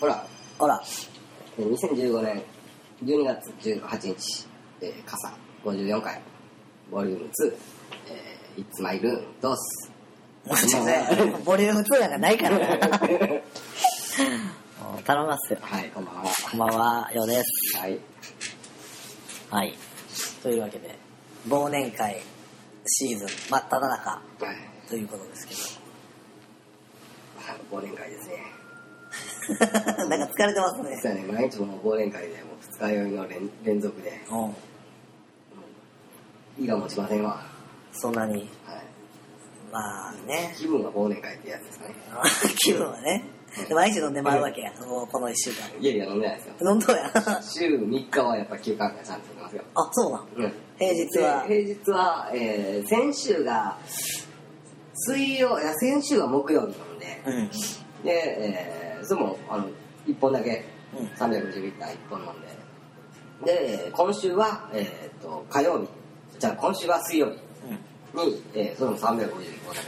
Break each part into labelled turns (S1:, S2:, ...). S1: ほら、
S2: ほら、
S1: えー2015年12月18日、えー、傘54回、ボリューム2、えー、It's My Room, どうす。
S2: 待ってく れボリューム2なんかないからな。 もう頼みますよ。
S1: はい、こんばんは。
S2: こんばんは、ようです。
S1: はい。
S2: はい。というわけで、忘年会シーズン真っ只中
S1: はい。
S2: ということですけ
S1: 忘年会ですね。
S2: ど。 なんか疲れてますね。
S1: 実はね、毎日もう忘年会で、もう二日酔いの連連続で、
S2: うん。
S1: 胃が持ちませんわ。
S2: そんなに、
S1: はい。
S2: まあね、
S1: 気分が忘年会ってやつですかね。
S2: 気分はね。で毎日飲んでまうわけや、もうこの1週間。
S1: いやいや、飲んでないですよ。
S2: 飲んどうや。
S1: 週3日はやっぱ休館がちゃんと取ってますよ。
S2: あ、そうなん。
S1: うん
S2: 平日は
S1: で平日は、えー先週が水曜いや先週は木曜日なんで、
S2: うん。
S1: で、えーそれもあの1本だけ
S2: うん
S1: 350リッター1本なんででえー今週は、えーっと火曜日じゃあ今週は水曜日
S2: うん。
S1: に、えーそれも350リッターだ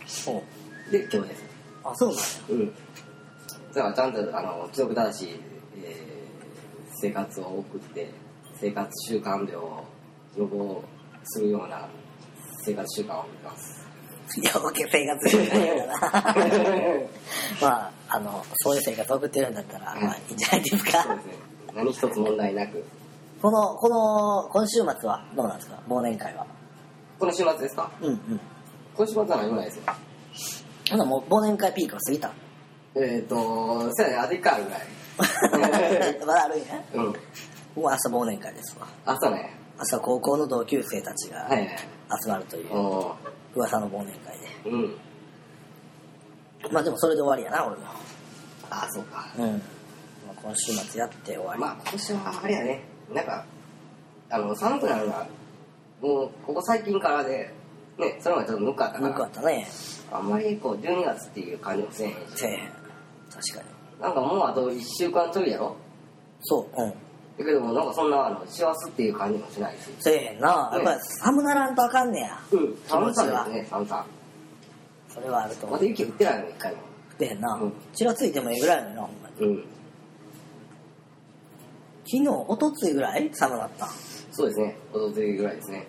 S1: け
S2: そう。
S1: なんでで今日です
S2: あ、そうなんや。
S1: うんだからちゃんとあの規則正しい、えー生活を送って生活習慣病を予防するような生活習慣を持って ます
S2: いや、OK、生活してないからな。 まあ、あの、そういう生活を送ってるんだったら、まあ、いいんじゃないです
S1: そうで。
S2: か
S1: すね何一つ問題なく
S2: この、この、今週末はどうなんですか忘年会は。
S1: この週末ですか
S2: うんうん。
S1: 今週末は何もないですよ
S2: ほな、もう忘年会ピークは過ぎた。
S1: えっ、ー、とそうやねあと1回あるぐらい
S2: まだあるんや。
S1: うん
S2: もう朝忘年会ですわ。
S1: 朝ね
S2: 朝高校の同級生たちが
S1: はいはい
S2: 集まるという
S1: お
S2: 噂の忘年会で。
S1: ーうん
S2: まあでもそれで終わりやな、俺も。
S1: あそうか
S2: うん。まあ、今週末やって終わり。
S1: まあ今年はあれやね、なんか、あの、寒くなるのは、もうここ最近からで、ね、それまでちょっとぬかったか
S2: よかっ
S1: ら、
S2: たね。
S1: あんまりこう12月っていう感じもせえへん
S2: せえ
S1: し、
S2: へん。確かに。
S1: なんかもうあと1週間ちょいやろ
S2: そう、うん。
S1: だけどもなんかそんなあの、師走っていう感じもしないし。
S2: せえへんな。やっぱり寒ならんとあかんねや。
S1: うん、寒さ
S2: 気持ち
S1: で
S2: は
S1: すね、寒さ。
S2: それはあると思
S1: ま
S2: う。
S1: だ雪降ってないの、一回も。
S2: でへんな
S1: うん。
S2: ちらついてもええぐらいのな、ほんまに。
S1: うん。
S2: 昨日、おとついぐらい寒なったん。
S1: そうですね、おとついぐらいですね。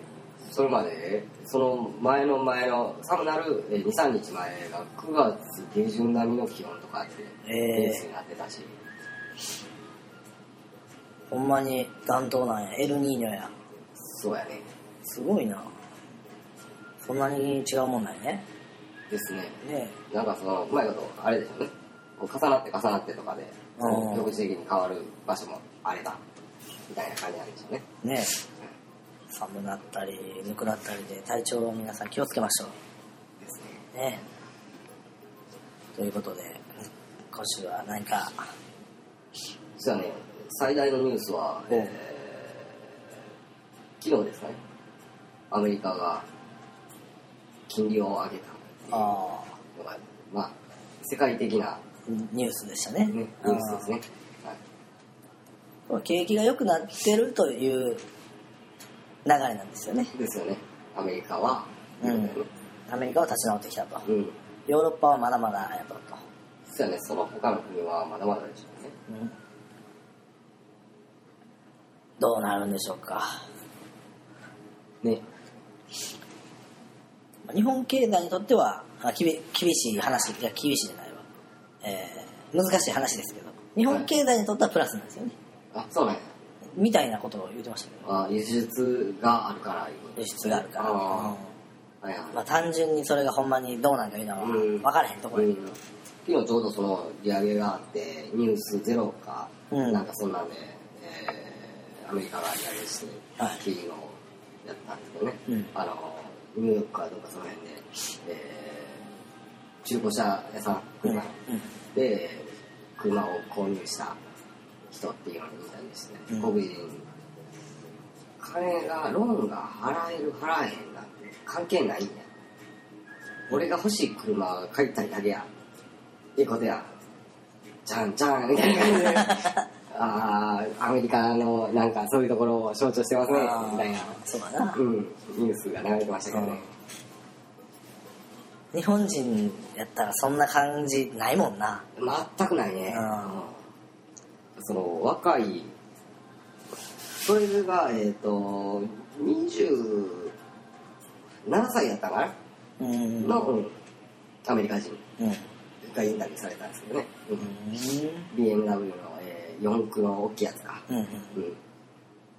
S1: それまで、その前の前の、寒なるえー2、3日前が9月下旬並みの気温とかって、
S2: ええ
S1: レースになってたし。
S2: ほんまに暖冬なんや。エルニーニョや。
S1: そうやね。
S2: すごいな。そんなに違うもんないね。
S1: ですね。
S2: ね
S1: なんかその、うまいこと、あれでしょうね。こう重なって重なってとかで、
S2: うん
S1: 局地的に変わる場所もあれだ。みたいな感じなんでしょうね。
S2: え。ねえ。寒なったり、ぬくなったりで体調を皆さん気をつけましょ
S1: ですね。
S2: う。ねえ。ということで、今週は何か、
S1: 実はね、最大のニュースは、
S2: うん
S1: えー昨日ですかね。アメリカが金利を上げた
S2: ああ、
S1: のが、まあ、世界的な、
S2: ニュースでしたね。
S1: ね、ニュースですね。はい
S2: まあ景気が良くなってるという流れなんですよね。
S1: ですよね。アメリカは、
S2: うんアメリカは立ち直ってきたと。
S1: うん。
S2: ヨーロッパはまだまだやっぱと。
S1: 実はね、その他の国はまだまだでしょうね。
S2: うんどうなるんでしょうか。
S1: ね、
S2: まあ日本経済にとっては、あきび厳しい話、いや、厳しいじゃないわ。えー難しい話ですけど、日本経済にとってはプラスなんですよね。
S1: あそうなんや
S2: みたいなことを言ってましたけど、
S1: あ輸出があるからいうこと
S2: 輸出があるから。
S1: あ
S2: う
S1: ーはいはい
S2: んまあ、単純にそれがほんまにどうなんかいうのは
S1: うん
S2: 分からへんところ
S1: う
S2: や
S1: ん昨日ちょうどその利上げがあってニュースゼロか、
S2: うん
S1: なんかそんなんで、えーアメリカが利上げして
S2: はい
S1: 金融をやったんですけどね、
S2: うん
S1: あのニューヨークかどうかその辺で、えー中古車屋さん
S2: うんう
S1: 車、
S2: ん
S1: で車を購入した人っていうのを見たんですね、
S2: うん
S1: 黒人金がローンが払える払えへんなんて関係ないんだよ俺が欲しい車が買いたいだけやいいことやじゃんじゃんみたいな感じ でああアメリカのなんかそういうところを象徴してますね
S2: あー
S1: みたいな
S2: そうだな。
S1: うんニュースが流れてましたけどね、
S2: 日本人やったらそんな感じないもんな。
S1: 全くないね、
S2: あ
S1: その若いそれがえっ、と27歳やったか
S2: うん。うん
S1: な、。の、うんアメリカ人
S2: うん。
S1: がインタビューされたんですけどね、BMW の、えー、4駆の大きいやつか
S2: うん。
S1: うん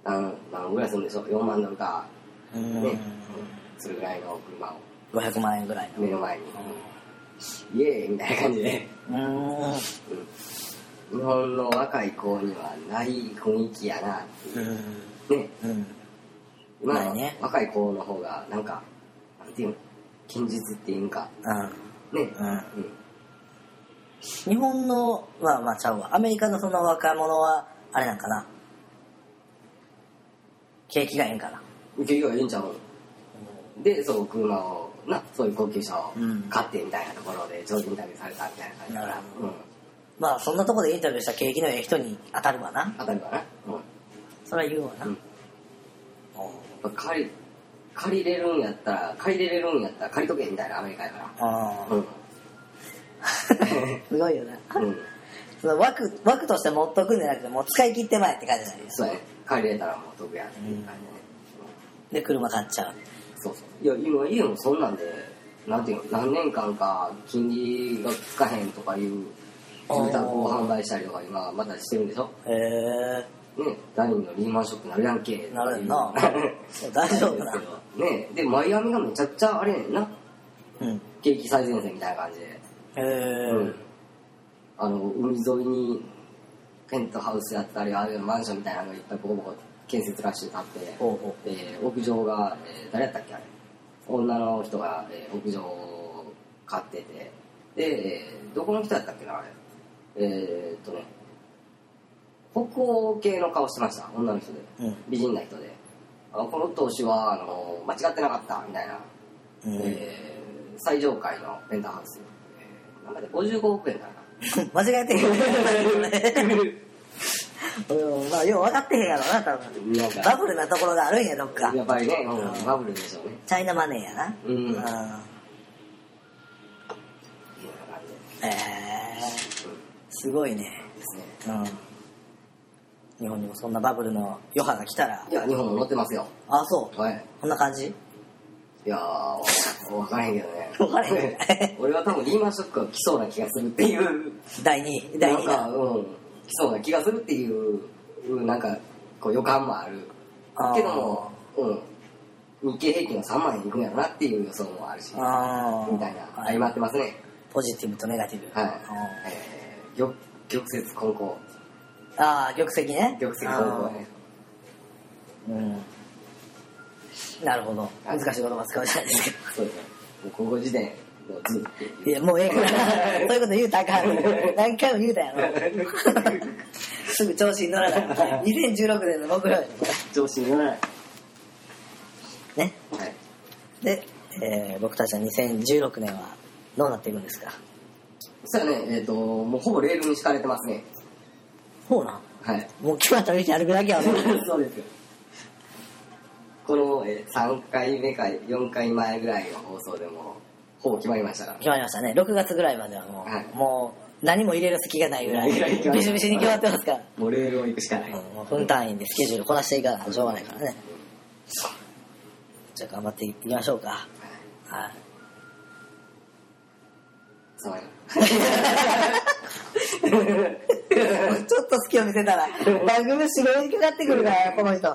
S1: 何何ぐらいするんでしょう4万ドルか
S2: うん。
S1: ね、
S2: うん。
S1: それぐらいの車を
S2: 500万円ぐらい
S1: 目の前に、イエーイみたいな感じで
S2: の。うん。
S1: 日本の若い子にはない雰囲気やなっていう
S2: う
S1: ね
S2: ん。
S1: 今
S2: な
S1: の
S2: いね
S1: 若い子の方がなんかなんていうの堅実っていうんかね
S2: うん。う
S1: う
S2: ん。
S1: ん
S2: 日本の、まあまあちゃうわ。アメリカのその若者は、あれなんかな。景気がええんかな。
S1: 受け入れはいいんちゃうのでそう車をなそういう高級車を
S2: うん
S1: 買ってみたいなところで上手に旅されたみたいな感じだから、うん、
S2: まあそんなとこでインタビューした景気のええ人に当たるわな。
S1: 当たるかな、うん
S2: それは言うわな。
S1: うん
S2: おう
S1: やっぱ借り借りれるんやったら借りれるんやったら借りとけみたいなアメリカやか
S2: あ
S1: ら うん、
S2: あ。すごいよな。
S1: うん、
S2: その枠、枠として持っとくんじゃなくて、もう使い切ってまえって感じなんです。
S1: そうやね借りれたらもう得やっていう感じでね、
S2: で、車買っちゃう。
S1: そうそういや今家もそんなんでなんていうの何年間か金利がつかへんとかいう住宅を販売したりとか今またしてるんでしょ
S2: へえ
S1: ね第二のリーマンショックなるやんけ。
S2: ー、なるよなそう大丈夫な。
S1: ねでマイアミがめちゃくちゃあれやねんな
S2: うん。
S1: 景気最前線みたいな感じで
S2: へえ
S1: うんあの海沿いにペントハウスやったりあるいはマンションみたいなのがいっぱいボコボコ建設ラッシュ立って
S2: ほうほ
S1: で屋上が、えー誰やったっけあれ女の人が、えー屋上を買っててで、えーどこの人やったっけなあれえーっとね北欧系の顔してました女の人で
S2: う。うん。
S1: 美人な人であこの投資はあの間違ってなかったみたいな、
S2: うん、
S1: えー最上階のペンタハウス、えー、なんかで55億 円かな
S2: 間違えてへんよ。うんまあ、よう分かってへんやろな、多分。
S1: なん
S2: バ
S1: か
S2: ブルなところがあるんや、どっか。
S1: やっぱりね、うんバブルでしょうね
S2: チャイナマネーやな。
S1: うん
S2: うん。
S1: みたいな感じで
S2: ええー、すごいね。
S1: すね
S2: うん。日本にもそんなバブルの余波が来たら
S1: い、や日本も乗ってますよ
S2: あ、そう。
S1: はい
S2: こんな感じ
S1: いやー、わからへんけどね。
S2: わからへんけどね
S1: 俺は多分リーマンショックが来そうな気がするっていう、
S2: 第2、
S1: な
S2: 第
S1: ん
S2: 2
S1: か、
S2: 弾。
S1: うん、来そうな気がするっていう、なんか、こう予感もある。
S2: あー
S1: けども、うん、日経平均は3万円いくんやろなっていう予想もあるし、
S2: あー
S1: みたいな、相まってますね。
S2: ポジティブとネガティブ。
S1: はい
S2: うん。
S1: えー、玉玉折混交。
S2: ああ、玉石ね。
S1: 玉折混交ね。
S2: あーうん。なるほど。難しい言葉使うじゃないですか。
S1: そうですね。もう高校時代のずっと言って
S2: いや、もうええから。そういうこと言うたらあかん。何回も言うたやろ。 すぐ調子に乗らない。2016年の目標や
S1: 調子に乗らない。
S2: ね。
S1: はい。
S2: で、えー僕たちは2016年はどうなっていくんですか
S1: そしたらね、えっ、と、もうほぼレールに敷かれてますね。
S2: ほうな。
S1: はい。
S2: もう決まった道歩くだけやもん。
S1: そうですよ。この、えー、3回目か4回前ぐらいの放送でも、ほぼ決まりましたから。
S2: 決まりましたね。6月ぐらいまではもう、
S1: はい
S2: もう何も入れる隙がないぐらい、
S1: いやいや
S2: ビシビシに決まってますから。
S1: もうレールを行くしかない。
S2: うんもう分単位でスケジュールこなしていかないとしょうがないからね。じゃあ頑張っていきましょうか。はい。
S1: そうや。
S2: ちょっと隙を見せた ら、番組すごいかかってくるから、この人。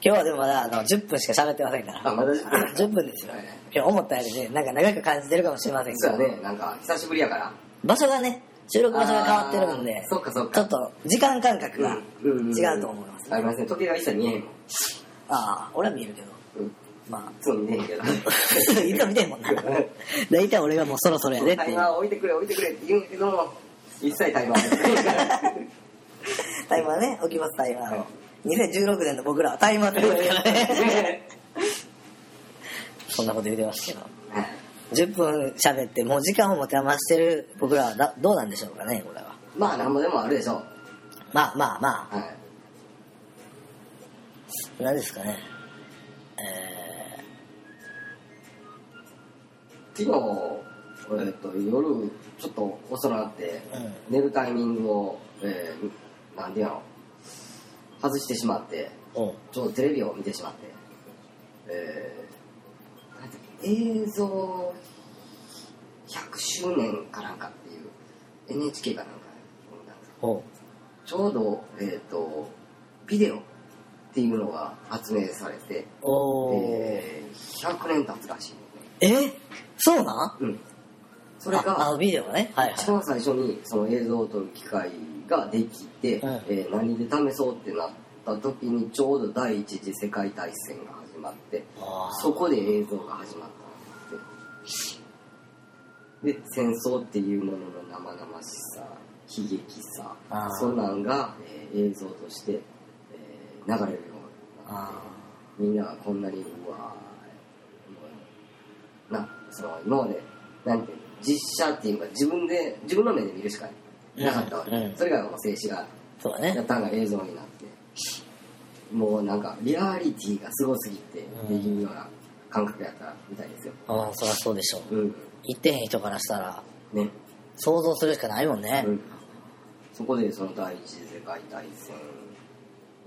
S2: 今日はでもまだあの10分しか喋ってませんから。
S1: あまだ10分
S2: 10分ですよ
S1: はい。
S2: 今日思ったよりね、なんか長く感じてるかもしれませんけ
S1: そう
S2: ど、
S1: やね、なんか、久しぶりやから。
S2: 場所がね、収録場所が変わってるんで
S1: あー、そっかそっ
S2: ちょ
S1: か。
S2: っと時間感覚が
S1: うんうんうん
S2: 違うと思います。
S1: ありますね。時計が一切見えへんもん。
S2: ああ、俺は見えるけど、
S1: うん。
S2: ま
S1: そう見えへんけど。
S2: あ、いつも見てんもん な。大体俺がもうそろそろやでって
S1: タイ
S2: いう
S1: マー置いてくれ、置いてくれって言うんやけども、一切タイマー置いてくれん から。
S2: タイマーね、起きますタイマー
S1: は
S2: を。2016年の僕らはタイマーって言うから ね。そんなこと言ってますけど。
S1: はい
S2: 10分喋ってもう時間を持て余してる僕らはだどうなんでしょうかねこれは
S1: まあ、なんぼでもあるでしょう。
S2: まあまあま
S1: はい。
S2: あ何ですかねえ
S1: 昨日、えー、と夜ちょっと遅なって、寝るタイミングを、えー、なんでやろ外してしまって
S2: うん。
S1: ちょっとテレビを見てしまって、えーなんだっけ映像100周年かなんかっていう NHK かなんかなんか
S2: おう。
S1: ちょうど、えー、とビデオっていうのが発明されて、
S2: おー。
S1: えー100年経つらしい、
S2: えそうなん
S1: うん、それが
S2: あ、あビデオがね。はい
S1: 一
S2: は
S1: 番最初にその映像を撮る機会ができて、
S2: うん
S1: えー何で試そうってなった時にちょうど第一次世界大戦が始まって
S2: い。あ
S1: そこで映像が始まったんですで戦争っていうものの生々しさ悲劇さ
S2: あー
S1: そんなんが、えー映像として、えー流れるようになって
S2: あ
S1: みんながこんなにうわーなその今までなんていうの実写っていうか自分で自分の目で見るしかなかったわけ、
S2: うんうん
S1: それがもう静止画
S2: ー。そうだ
S1: や
S2: ね。
S1: ったのが映像になってもうなんかリアリティがすごすぎてっていうような感覚やったみたいですよ
S2: ああ、そりゃそうでしょう。
S1: うん
S2: 一点人からしたら、
S1: ね、
S2: 想像するしかないもんね
S1: う。ん、そこでその第一次世界大戦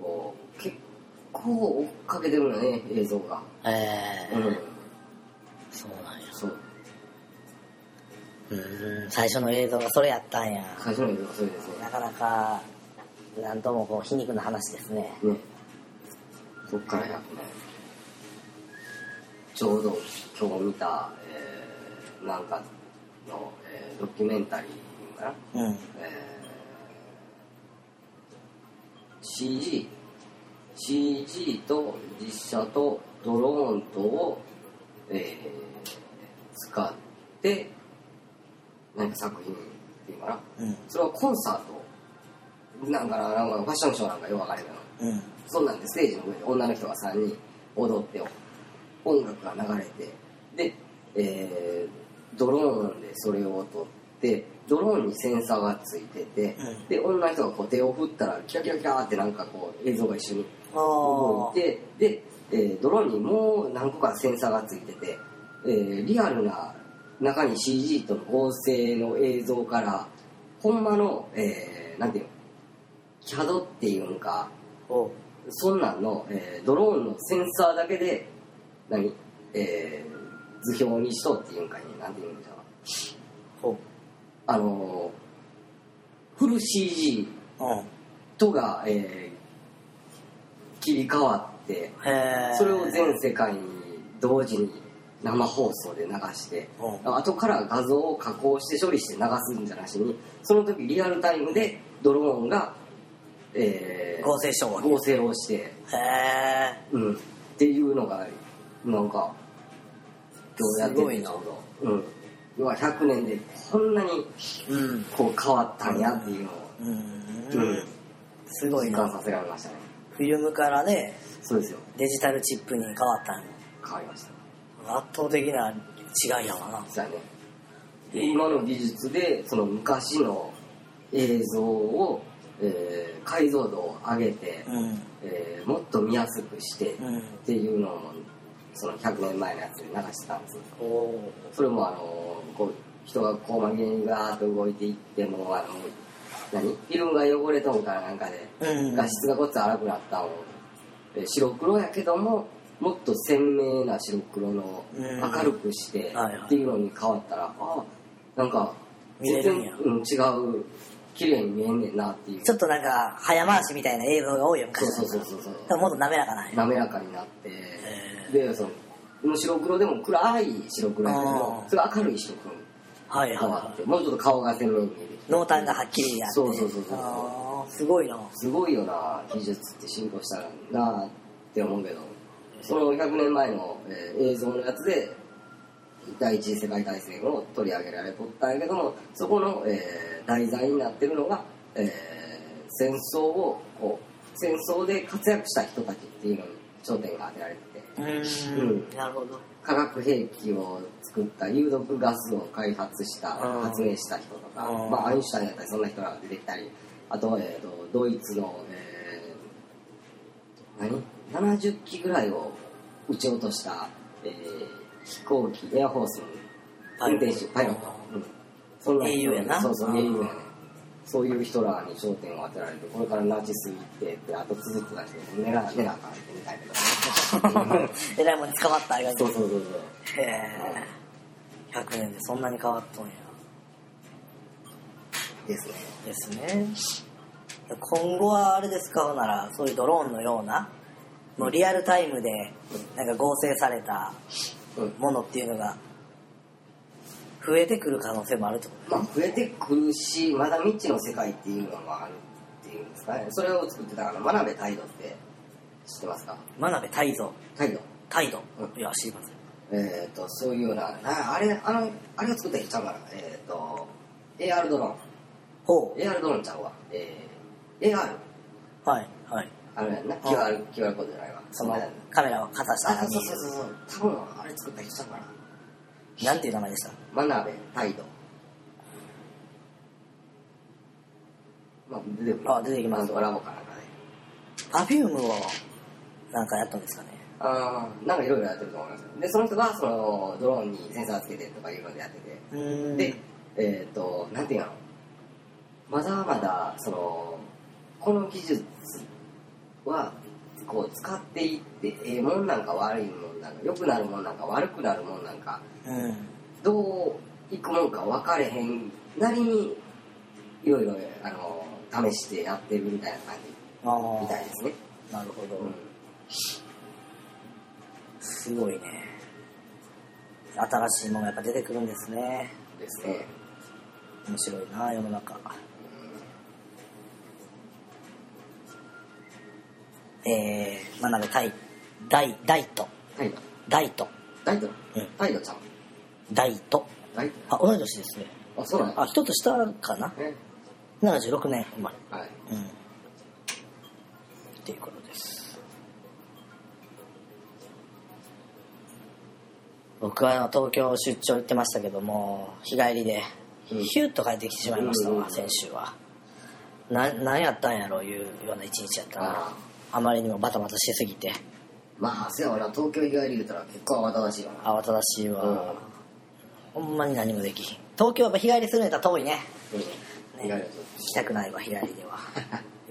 S1: を結構追っかけてるのね映像が
S2: ええ
S1: う
S2: ー
S1: ん。
S2: そうなんや。
S1: そう
S2: うーん。最初の映像がそれやったんや。
S1: 最初の映像がそれですね
S2: なかなか、なんともこう、皮肉な話ですね。
S1: ねそっから100年ちょうど今日見た、えーなんかの、えードキュメンタリーかな、
S2: うん。
S1: えー CG CG と実写とドローンとを、えー使って何か作品っていうかな
S2: うん。
S1: それはコンサートなんかななんかファッションショーなんかよくわかるけど
S2: うん。
S1: そんなんでステージの上で女の人が3人踊って音楽が流れてで、えードローンでそれを撮ってドローンにセンサーがついてて、
S2: うん
S1: で女の人がこう手を振ったらキラキラキラーってなんかこう映像が一緒に動
S2: お
S1: いてで、えードローンにもう何個かセンサーがついてて、えーリアルな中に CG との合成の映像からほんまの、えーなんていうの CAD っていうんか
S2: おう
S1: そんなんの、えードローンのセンサーだけで何、えー図表にしとっていうんかいねなんていうんでしょう
S2: おう
S1: あのーフル CG
S2: うん。
S1: とが、えー切り替わって
S2: へえ。
S1: それを全世界に同時に生放送で流して
S2: うん。
S1: 後から画像を加工して処理して流すんじゃなしにその時リアルタイムでドローンが、えー
S2: 合成処方。
S1: 合成をして。
S2: へえ。
S1: うん、っていうのがなんか今日やって
S2: すごいな
S1: ちょうどうん、要は100年でこんなに
S2: うん。
S1: こう変わったんやっていうのを
S2: うん。すごい
S1: 実感
S2: な。
S1: させられましたね
S2: フィルムからね、
S1: そうですよ
S2: デジタルチップに変わったん
S1: 変わりました
S2: や圧倒的な違いやわな。
S1: 実はねで今の技術でその昔の映像を、えー解像度を上げて、
S2: うん。
S1: えーもっと見やすくしてっ
S2: うん。
S1: ていうのをその100年前のやつで流してたんです
S2: おお。
S1: それもあのこう人がこう曲げにガーッと動いていってもあの何フィルムが汚れとんからなんかで
S2: うん。
S1: 画質がごっつ荒くなったのえ白黒やけどももっと鮮明な白黒の
S2: うん
S1: 明るくして
S2: はいはい
S1: っていうのに変わったらああなんか
S2: 見れるんや
S1: うん、違う綺麗に見えんねんなっていう
S2: ち
S1: そ
S2: ょっとなんか、早回しみたいな映像が多いよ、昔
S1: う。そうそうそうそう
S2: でももっと滑らかなんや。
S1: 滑らかになって、でそのもう白黒でも暗い白黒やけども
S2: あー
S1: それ明るい白黒
S2: はい
S1: 変
S2: は
S1: わってもうちょっと顔が鮮明に見えてき
S2: い。
S1: て
S2: 濃淡がはっきりやって。
S1: そうそうそうそう
S2: あーすごいな。
S1: すごいよな技術って進歩したなって思うけどその100年前の、えー映像のやつで第一次世界大戦を取り上げられとったんやけどもそこの、えー題材になってるのが、えー戦争をこう戦争で活躍した人たちっていうのに焦点が当てられてて
S2: う
S1: うん
S2: ん。なるほど。
S1: 化学兵器を作った有毒ガスを開発した
S2: うん
S1: 発明した人とか、
S2: うん
S1: まあ、アインシュタインやったりそんな人が出てきたりあと,、えー、とドイツの、えー何70機ぐらいを撃ち落とした、えー飛行機エアフォースの運転手パイロットうんそんな
S2: 英雄やな
S1: そうそうう、
S2: ん
S1: 英雄やね。そういう人らに焦点を当てられて、これからナチス行ってって、あと続くた人、寝な、寝なあかんってみたい な。
S2: えらいもんに捕まったあれが
S1: そうそうそうそう。
S2: へえ100年でそんなに変わっとんや
S1: ですね。
S2: ですね今後はあれですかほんならそういうドローンのようなもうリアルタイムでなんか合成された
S1: うん。
S2: ものっていうのが増えてくる可能性もあるってこ
S1: まあ、増えてくるし、まだ未知の世界っていうのがあるっていうんですかね。それを作ってたから、真鍋態度って知ってますか
S2: と真鍋泰造
S1: 態度。
S2: 態度
S1: う
S2: いや知りません
S1: えっ、と、そういうような、なあれ、あの、あれを作った人ちゃうから、えっ、と、AR ドロ
S2: ほ
S1: ーン。AR ドローンちゃうわ。えー、AR。
S2: うはいはい
S1: あれやんな、
S2: ん
S1: QR、QR コードじゃないわ。
S2: そ
S1: ん
S2: の
S1: なやんな
S2: カメラをかざした
S1: あ、
S2: ら見
S1: そう
S2: え
S1: そうそう
S2: る
S1: そう。多分、あれ作った人ちゃうから。
S2: なんていう名前でした
S1: 真鍋態度。まあ、出てくる。
S2: あ出てきます
S1: なんとかラボかなんかね。
S2: パフュームをなんかやったんですかね
S1: あーなんかいろいろやってると思いますよで、その人が、その、ドローンにセンサーつけてとかいうのでやってて。
S2: うーん
S1: で、えっ、と、なんていうのまだまだ、その、この技術は、こう、使っていって、ええもんなんか悪いもんなんか、良くなるもんなんか悪くなるもんなんか、
S2: うん
S1: どういくもんか分かれへんなりに、いろいろ、あの、試してやってるみたいな感
S2: あ
S1: じみたい
S2: あ
S1: ですね。
S2: なるほど、
S1: うん
S2: すごいね新しいものがやっぱ出てくるんですね
S1: ですね。
S2: 面白いな世の中えー、真鍋大大大と
S1: 態度。
S2: 大と
S1: 態度
S2: うん
S1: 態度ちゃう。
S2: 大と
S1: 態
S2: あ同い年ですね
S1: 度。あ、そうなんだ。
S2: あ一つ下かな
S1: ね
S2: 76年生まれ
S1: はい。
S2: うんっていうことです僕はあの東京出張行ってましたけども日帰りで
S1: うん
S2: ヒュッと帰ってきてしまいました
S1: うんうんう
S2: わ
S1: ん
S2: 先週はな何やったんやろういうような一日やった
S1: あ
S2: な
S1: ー
S2: あまりにもバタバタしすぎて
S1: まあ、せやわな、東京以外で言うたら結構慌ただしいよな。
S2: 慌ただしい
S1: うん
S2: わほんまに何もできひん東京はやっぱ日帰りするのやったら遠いね
S1: うん。意外と。
S2: 行きたくないわ日帰りで は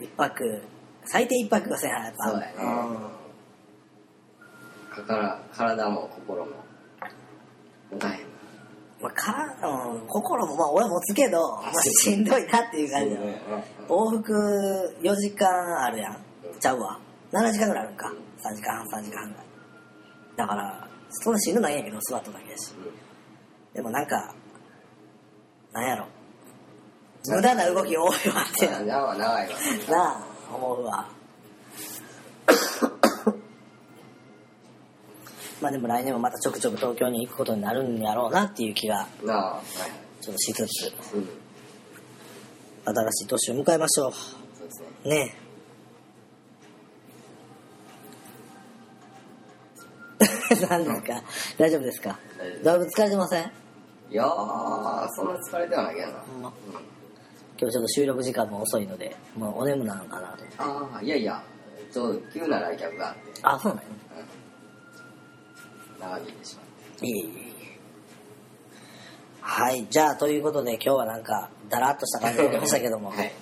S2: 一泊最低一泊5000円やっぱ
S1: そうだよねかから、体も心も。もたへん。
S2: まあ、からうん心もまあ俺持つけど、まあ、しんどいなっていう感じだ、往復4時間あるやんちゃうわ7時間ぐらいあるんか3時間半3時間半ぐらいだからそんなしんどないんやけど座っただけやしでもなんかなんやろ無駄な動き多いわってな
S1: うん。じゃあ、長いわ。
S2: なあ思うわまあでも来年もまたちょくちょく東京に行くことになるんやろうなっていう気が
S1: なあ、は
S2: ちょっとしつつ
S1: い。うん。
S2: 新しい年を迎えましょ
S1: そうですね。
S2: うね え何ですか大丈夫ですか
S1: 大丈夫
S2: だいぶ疲れてません
S1: いやー、そんな疲れてはないけどな。
S2: ほんま今日ちょっと収録時間も遅いのでもうお眠なのかなと
S1: ああ、いやいや、ちょっと急な来客があって、
S2: あそうなの
S1: 長引いてしまっ
S2: いえいえいえはいじゃあということで今日はなんかだらっとした感じ になりましたけども、
S1: はい。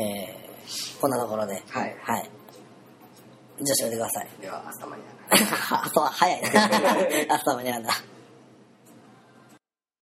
S2: えー、こんなところで
S1: はい
S2: はい、じゃあ締めてください
S1: では、明日までやな。
S2: あそう、早いな。あ、そう、間に合うな。